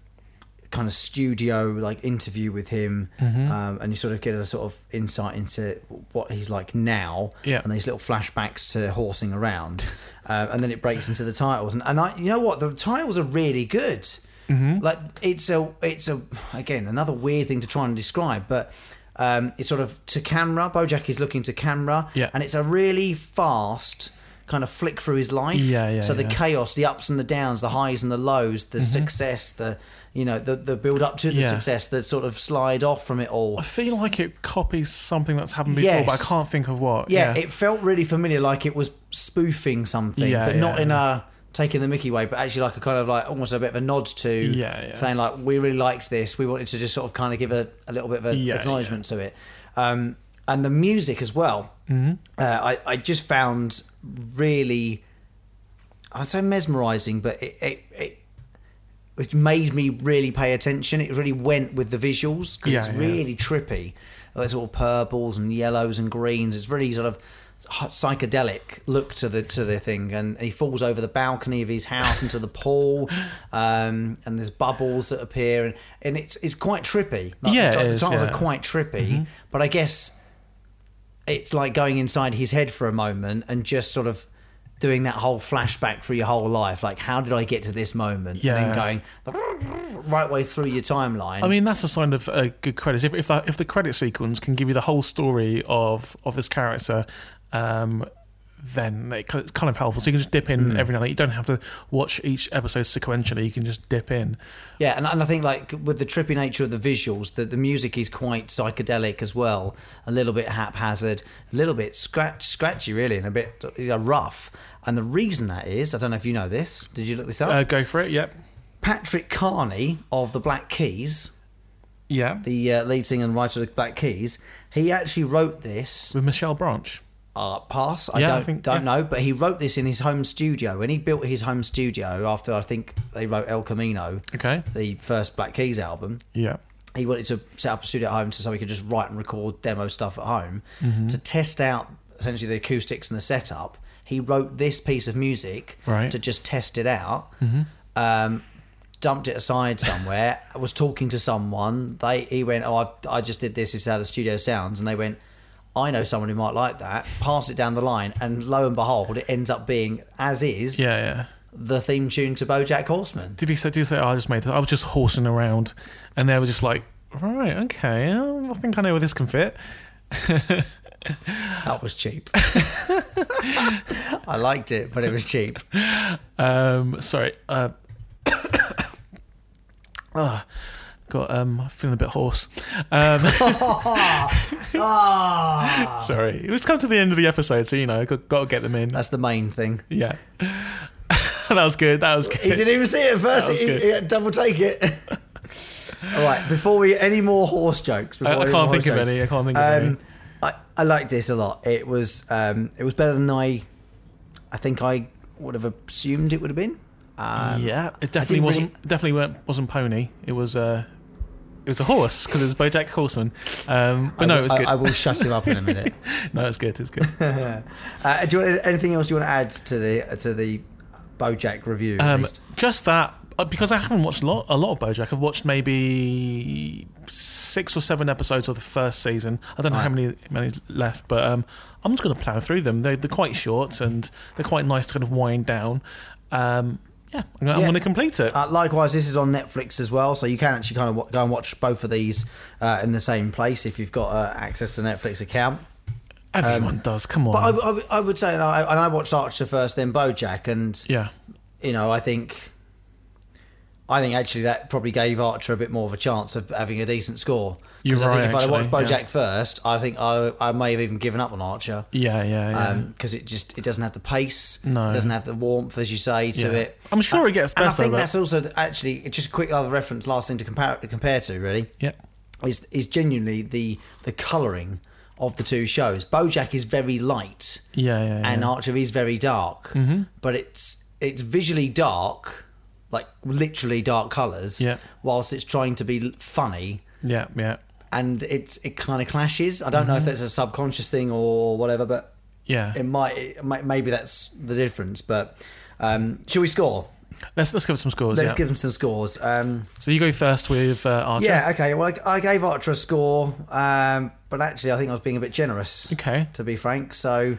kind of studio like interview with him,
Mm-hmm.
um, and you sort of get a sort of insight into what he's like now.
Yeah.
And these little flashbacks to horsing around, uh, and then it breaks into the titles. And, and I, you know what, the titles are really good.
Mm-hmm.
Like it's a it's a again another weird thing to try and describe, but. Um, it's sort of to camera. Bojack is looking to camera,
Yeah.
and it's a really fast kind of flick through his life.
Yeah, yeah,
So the
yeah.
chaos, the ups and the downs, the highs and the lows, the success, the you know the the build up to the
Mm-hmm. Yeah.
success, the sort of slide off from it all.
I feel like it copies something that's happened before, but I
Yes.
can't think of what.
Yeah, it felt really familiar, like it was spoofing something,
Yeah,
but not
yeah,
in a taking the Mickey way, but actually like a kind of like almost a bit of a nod to
Yeah, yeah.
saying like we really liked this, we wanted to just sort of kind of give a, a little bit of a
Yeah,
acknowledgement to it, um, and the music as well. Mm-hmm. Uh, I I just found really, I'd say mesmerizing, but it. it, it which made me really pay attention. It really went with the visuals because
Yeah,
it's
yeah.
really trippy. Like, It's all purples and yellows and greens. It's really sort of hot- psychedelic look to the to the thing. And he falls over the balcony of his house into the pool, um, and there's bubbles that appear, and, and it's it's quite trippy. Like,
Yeah,
the,
it
the
is,
titles
yeah. Mm-hmm.
are quite trippy, but I guess it's like going inside his head for a moment and just sort of doing that whole flashback through your whole life like how did i get to this moment
Yeah.
and then going the right way through your timeline
I mean, that's a sign of uh, good credits. If if, that, if the credit sequence can give you the whole story of of this character, um, then it, it's kind of helpful. So you can just dip in every now and then. You don't have to watch each episode sequentially. You can just dip in.
yeah and, and i think like with the trippy nature of the visuals the, the music is quite psychedelic as well a little bit haphazard a little bit scratch scratchy really and a bit you know, rough and the reason that is i don't know if you know this did you look this up
Uh, go for it. Yep.
patrick carney of the black keys
Yeah.
the uh, lead singer and writer of the Black Keys, he actually wrote this
With Michelle Branch.
uh, pass. I
Yeah, I
don't
think-
don't
yeah.
know, but he wrote this in his home studio. When he built his home studio after I think they wrote El Camino,
Okay.
the first Black Keys album,
Yeah.
he wanted to set up a studio at home so he could just write and record demo stuff at home
Mm-hmm.
to test out essentially the acoustics and the setup. He wrote this piece of music
Right. Mm-hmm.
to just test it out. Um, dumped it aside somewhere. I was talking to someone. They he went, oh, I've, I just did this. This is how the studio sounds. And they went, I know someone who might like that. Pass it down the line, and lo and behold, it ends up being as is
Yeah. Yeah.
the theme tune to BoJack Horseman.
Did he say? Did he say? "Oh, I just made this. I was just horsing around, and they were just like, right, okay. I think I know where this can fit.
That was cheap. I liked it, but it was cheap.
Um, sorry. Uh, ah, got um, feeling a bit hoarse. Um,
Ah.
sorry, it was come to the end of the episode, so you know, got, got to get them in.
That's the main thing.
yeah, that was good. That was good.
He didn't even see it at first.
That was
He,
good.
he had to double take it. All right, before we any more horse jokes. Before
I
any
can't
more
think of
horse Um,
any, I can't think of any.
I, I like this a lot. It was um, it was better than I I think I would have assumed it would have been.
yeah, Um, it definitely
really-
wasn't. Definitely weren't, wasn't pony. It was uh, it was a horse because it was BoJack Horseman. Um, but no, it was
I-
good.
I, will shut him up in a minute.
no, it's good. It's good.
Uh, do you want, anything else you want to add to the to the BoJack review? at
Um,
least?
just that uh, because I haven't watched a lot, a lot of BoJack. I've watched maybe six or seven episodes of the first season. I don't know how
Right.
many many left, but um, I'm just going to plow through them. They're, they're quite short and they're quite nice to kind of wind down. Um, yeah, I'm, gonna- I'm
Yeah.
going to complete it.
Uh, likewise, this is on Netflix as well, so you can actually kind of w- go and watch both of these uh, in the same place if you've got uh, access to Netflix account.
Everyone does. Come on.
um, But I, I, I would say, and I, and I watched Archer first, then BoJack, and
yeah.
you know, I think, I think actually that probably gave Archer a bit more of a chance of having a decent score. 'Cause
You're
I
right,
think if I'd watched
actually,
BoJack
yeah.
first, I think I, I may have even given up on Archer
Yeah, yeah, yeah.
because Um, it just it doesn't have the pace,
No.
it doesn't have the warmth, as you say, to
Yeah.
it.
I'm sure it gets
And I
better,
think
but-
that's also th- actually it's just a quick other reference, last thing to compare compare to really
yeah.
is is genuinely the the colouring of the two shows. BoJack is very light,
Yeah, Mm-hmm. yeah, yeah.
and Archer is very dark, but it's it's visually dark, like literally dark colours,
Yeah.
whilst it's trying to be l- funny.
Yeah, yeah.
And it's it kind of clashes. I don't
Mm-hmm.
know if that's a subconscious thing or whatever, but
Yeah.
it might, it might maybe that's the difference. But um, shall we score?
Let's let's give it some scores.
Let's
yeah.
give them some scores. Um,
so you go first with uh, Archer.
yeah, okay. Well, I, I gave Archer a score, um, but actually, I think I was being a bit generous.
Okay.
To be frank, so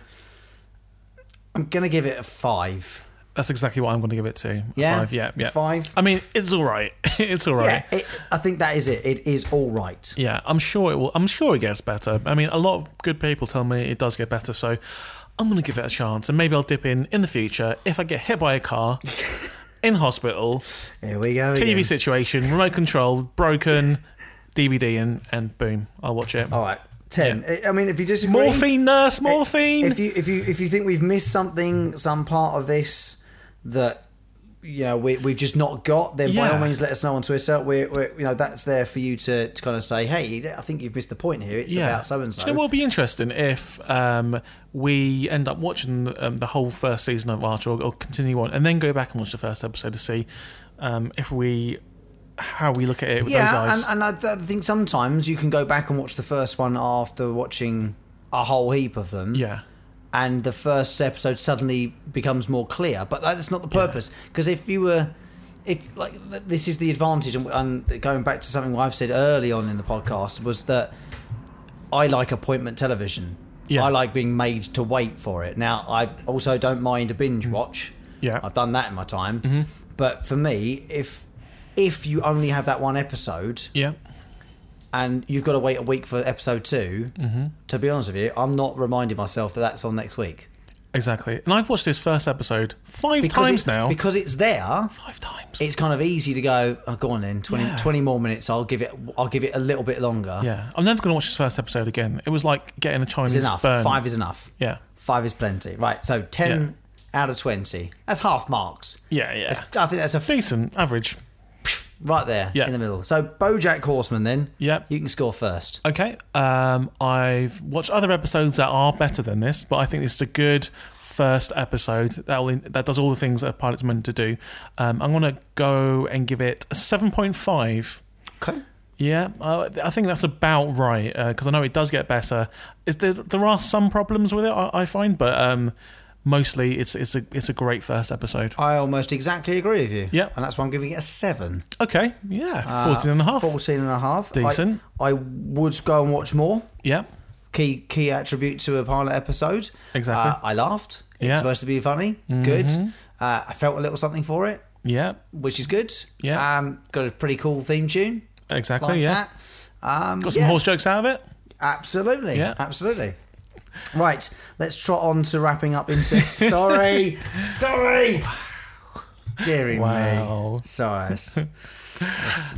I'm going to give it a five.
That's exactly what I'm going to give it to.
Yeah?
Five. Yeah. Yeah.
Five?
I mean, it's all right. it's all right.
Yeah, it, I think that is it. It is all right.
Yeah, I'm sure it will. I'm sure it gets better. I mean, a lot of good people tell me it does get better, so I'm going to give it a chance, and maybe I'll dip in in the future if I get hit by a car, in hospital,
Here we go.
TV
again.
situation, remote control, broken, DVD, and and boom, I'll watch it.
All right, ten. I- I mean, if you disagree,
Morphine nurse, morphine.
If you if you if you think we've missed something, some part of this that you know we, we've just not got, then by
Yeah.
all means let us know on Twitter. We're, we're you know that's there for you to, to kind of say, hey, I think you've missed the point here. It's about so and
Do you know
so.
what would be interesting if um, we end up watching um, the whole first season of Archer or, or continue on and then go back and watch the first episode to see um, if we how we look at it with those
Yeah,
eyes.
and, and I, th- I think sometimes you can go back and watch the first one after watching a whole heap of them.
yeah.
and the first episode suddenly becomes more clear. But that's not the purpose because if you were, if like th- this is the advantage, and, and going back to something I've said early on in the podcast was that I like appointment television.
Yeah.
I like being made to wait for it. Now I also don't mind a binge watch.
Mm-hmm. Yeah. Mm-hmm.
I've done that in my time. But for me, if if you only have that one episode,
Yeah.
and you've got to wait a week for episode 2
Mm-hmm.
to be honest with you, I'm not reminding myself that that's on next week.
Exactly. And I've watched this first episode five
Because
times
it-
now.
Because it's there,
five times.
it's kind of easy to go, oh, go on then, 20,
Yeah.
20 more minutes, I'll give it I'll give it a little bit longer.
yeah. I'm never going to watch this first episode again. It was like getting a Chinese
It's enough.
burn.
Five is enough.
Yeah.
Five is plenty. Right, so 10 out of 20. That's half marks.
Yeah, yeah.
That's- I think that's a f-
Decent, average.
right there
Yeah.
in the middle. So BoJack Horseman then.
Yep.
You can score first.
Okay. Um, I've watched other episodes that are better than this, but I think this is a good first episode that will that does all the things that a pilot's meant to do. Um, I'm gonna go and give it a 7.5.
Okay.
Yeah, uh, I think that's about right because I know it does get better. Is there, there are some problems with it, I, I find, but um, mostly it's it's a it's a great first episode.
I almost exactly agree with you.
Yep.
And that's why I'm giving it a 7.
Okay,
Uh,
yeah, 14 and a half.
14 and a half.
Decent.
I, I would go and watch more.
Yeah,
Key key attribute to a pilot episode.
Exactly.
Uh, I laughed. It's
Yeah. Mm-hmm.
supposed to be funny. Good. Uh, I felt a little something for it,
yeah,
which is good.
Yeah.
Um, got a pretty cool theme tune.
exactly.
Like
yeah,
that. Um,
got some
yeah,
horse jokes out of it.
Absolutely.
Yeah.
Absolutely. Right. Let's trot on to wrapping up into. Sorry. Sorry. Deary
Wow.
me. Sorry. It's-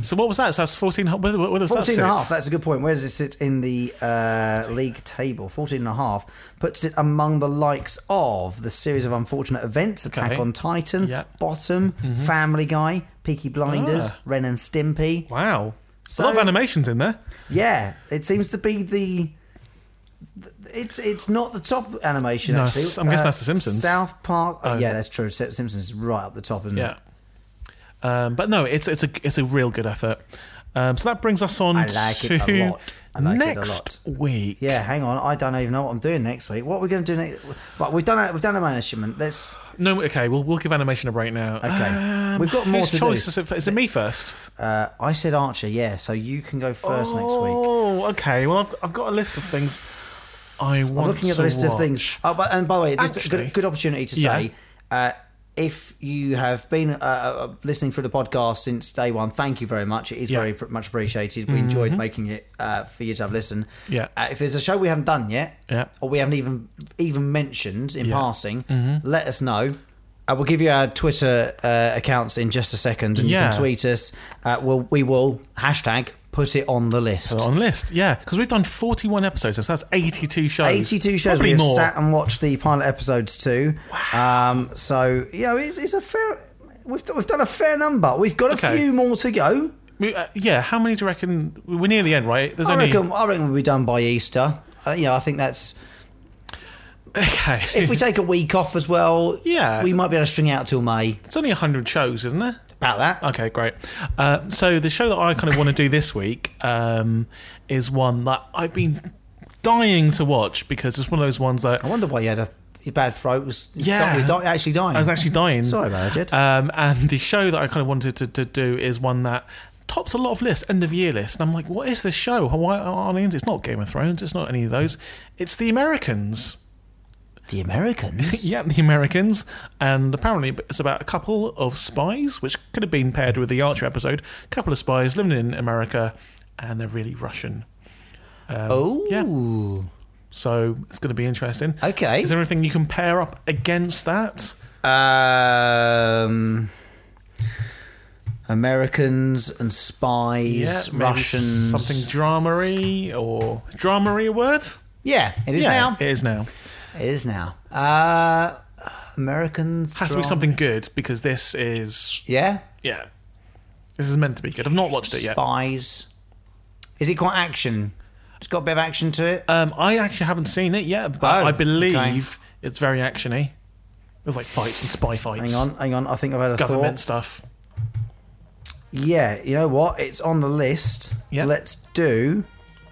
So what was that? So that's 14. What, what, what was that
14 and a
sit?
half, eh? that's a good point. Where does it sit in the uh, league table? 14 and a half puts it among the likes of the series of unfortunate events, Attack
Okay.
on Titan,
Yep. Mm-hmm.
Bottom, Family Guy, Peaky Blinders,
Ah.
Ren and Stimpy.
Wow.
So-
a lot of animations in there.
Yeah, it seems to be the It's it's not the top animation.
No,
actually, Uh,
s- I'm guessing that's The Simpsons.
South Park. Oh,
Oh.
yeah, that's true. Sim- Simpsons is right up the top, isn't
Yeah.
it?
Um, but no, it's it's a it's a real good effort. Um, so that brings us on
I like
to
it a lot. I like it a
next week.
Yeah, hang on. I don't even know what I'm doing next week. What are we going to do next? Right, we've done we've done animation. Let's
No, okay, we'll we'll give animation a break now. Okay,
We've got more
whose
to do.
choice Is it, is it me first?
Uh, I said Archer, yeah, so you can go first next week.
Oh, okay. Well, I've, I've got a list of things I
I'm
want.
looking at the
to
list of things.
watch.
Oh, but, and by the way, this is a
Actually-
good, good opportunity to
Yeah.
say uh, if you have been uh, uh, listening through the podcast since day one, thank you very much. It is
Yeah. Mm-hmm.
very pr- much appreciated. We enjoyed making it uh, for you to have listened.
Yeah.
Uh, if there's a show we haven't done yet,
Yeah.
or we haven't even even mentioned in
Yeah. Mm-hmm.
passing, let us know. Uh, we'll give you our Twitter uh, accounts in just a second, and you
Yeah.
can tweet us. Uh, we'll, we will hashtag put it on the list.
on list. Yeah, because we've done 41 episodes, so that's 82 shows.
82 shows
Probably
we've
more.
sat and watched the pilot episodes too. Um, so yeah, it's, it's a fair. We've, we've done a fair number. We've got a
Okay.
few more to go.
We- uh, yeah, how many do you reckon? We're near the end, right? There's
I
only
reckon. I reckon we'll be done by Easter. Uh, you know, I think that's
okay.
if we take a week off as well.
Yeah.
we might be able to string out till May.
it's only 100 shows, isn't there?
About that.
Okay, great. Uh, so the show that I kind of want to do this week um, is one that I've been dying to watch because it's one of those ones that
I wonder why you had a your bad throat. Was
Yeah.
you di- actually dying.
I was actually dying.
Sorry about that, Jed.
Um, and the show that I kind of wanted to, to do is one that tops a lot of lists, end of year lists. And I'm like, what is this show? Why aren't I into it? It's not Game of Thrones. It's not any of those. It's The Americans.
the Americans.
Yeah, The Americans. And apparently it's about a couple of spies, which could have been paired with the Archer episode. couple of spies living in America, and they're really Russian.
oh,
So it's going to be interesting.
Okay.
Is there anything you can pair up against that?
Um, Americans and spies,
maybe
Russians.
Something dramery or dramery a word?
yeah, it is now.
It is now.
It is now. Uh, Americans.
Has to be
dra-
something good because this is
Yeah.
yeah. This is meant to be good. I've not watched it yet.
Spies. Is it quite action? It's got a bit of action to it.
Um, I actually haven't seen it yet, but
Oh,
I believe it's very actiony. There's like fights and spy fights,
Hang on, hang on. I think I've had a
government
thought.
stuff.
Yeah, you know what? It's on the list.
Yeah.
Let's do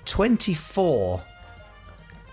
24.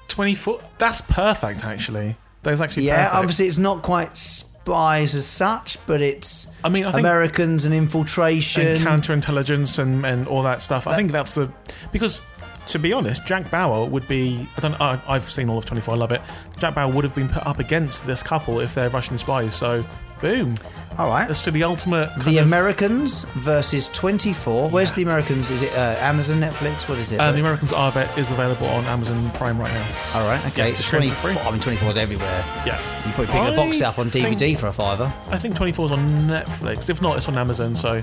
Twenty four. That's perfect, actually. That is actually
Yeah,
perfect.
obviously it's not quite spies as such, but it's
I mean, I think-
Americans and infiltration.
and counterintelligence and, and all that stuff. I think that's the because to be honest, Jack Bauer would be. I don't. I, I've seen all of Twenty Four. I love it. Jack Bauer would have been put up against this couple if they're Russian spies. So, boom.
All right.
That's to the ultimate. Kind
The
of,
Americans versus 24. Where's the Americans? Is it uh, Amazon, Netflix? What is it?
uh, the Americans are bet is available on Amazon Prime right now.
All right, okay.
yeah,
it's
it's streaming
24.
for free.
I mean, 24 is everywhere.
Yeah.
You probably pick a box
I
set up on
think-
DVD for a fiver.
I think Twenty Four is on Netflix. If not, it's on Amazon. So,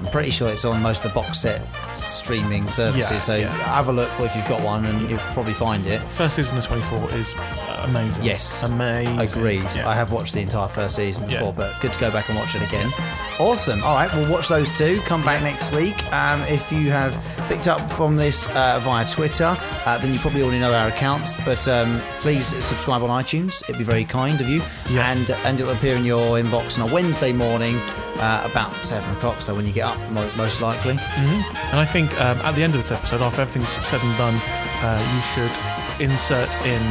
I'm pretty sure it's on most of the box set streaming services.
Yeah,
so
yeah.
have a look if you've got one and you'll probably find it.
first season of Twenty Four is uh, amazing.
Yes.
Amazing.
Agreed.
Yeah.
I have watched the entire first season
Yeah.
before, but good to go back and watch it again. Awesome. All right, we'll watch those two. Come back next week. Um, if you have picked up from this uh, via Twitter, uh, then you probably already know our accounts. But um, please subscribe on iTunes. It'd be very kind of you.
Yeah.
And and it'll appear in your inbox on a Wednesday morning, uh, about seven o'clock. So when you get up, mo- most likely.
And I think um, at the end of this episode, after everything's said and done, uh, you should insert in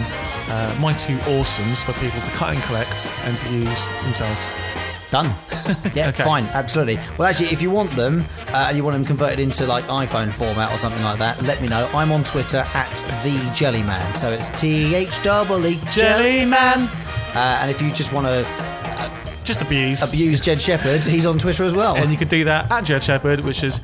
uh, my two awesomes for people to cut and collect and to use themselves.
Done. Yeah,
Okay.
fine, absolutely. Well, actually, if you want them uh, and you want them converted into like iPhone format or something like that, let me know. I'm on Twitter at the Jellyman, so it's T H double E Jellyman. Uh, and if you just want to
Just abuse.
abuse Jed Shepherd, he's on Twitter as well.
And you could do that at Jed Shepherd, which is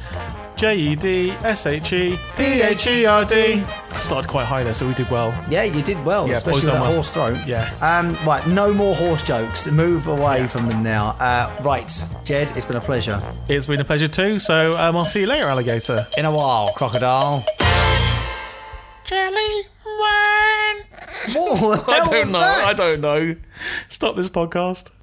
J E D S H E P H E R D. I started quite high there, so we did well.
Yeah, you did well,
Yeah,
especially
boys
with that
done well.
horse throat.
Yeah.
Um, right, no more horse jokes. Move away from them now. Uh, right, Jed, it's been a pleasure.
It's been a pleasure too. So um, I'll see you later, alligator.
In a while, crocodile.
Jelly man.
What the hell was that?
know. Stop this podcast.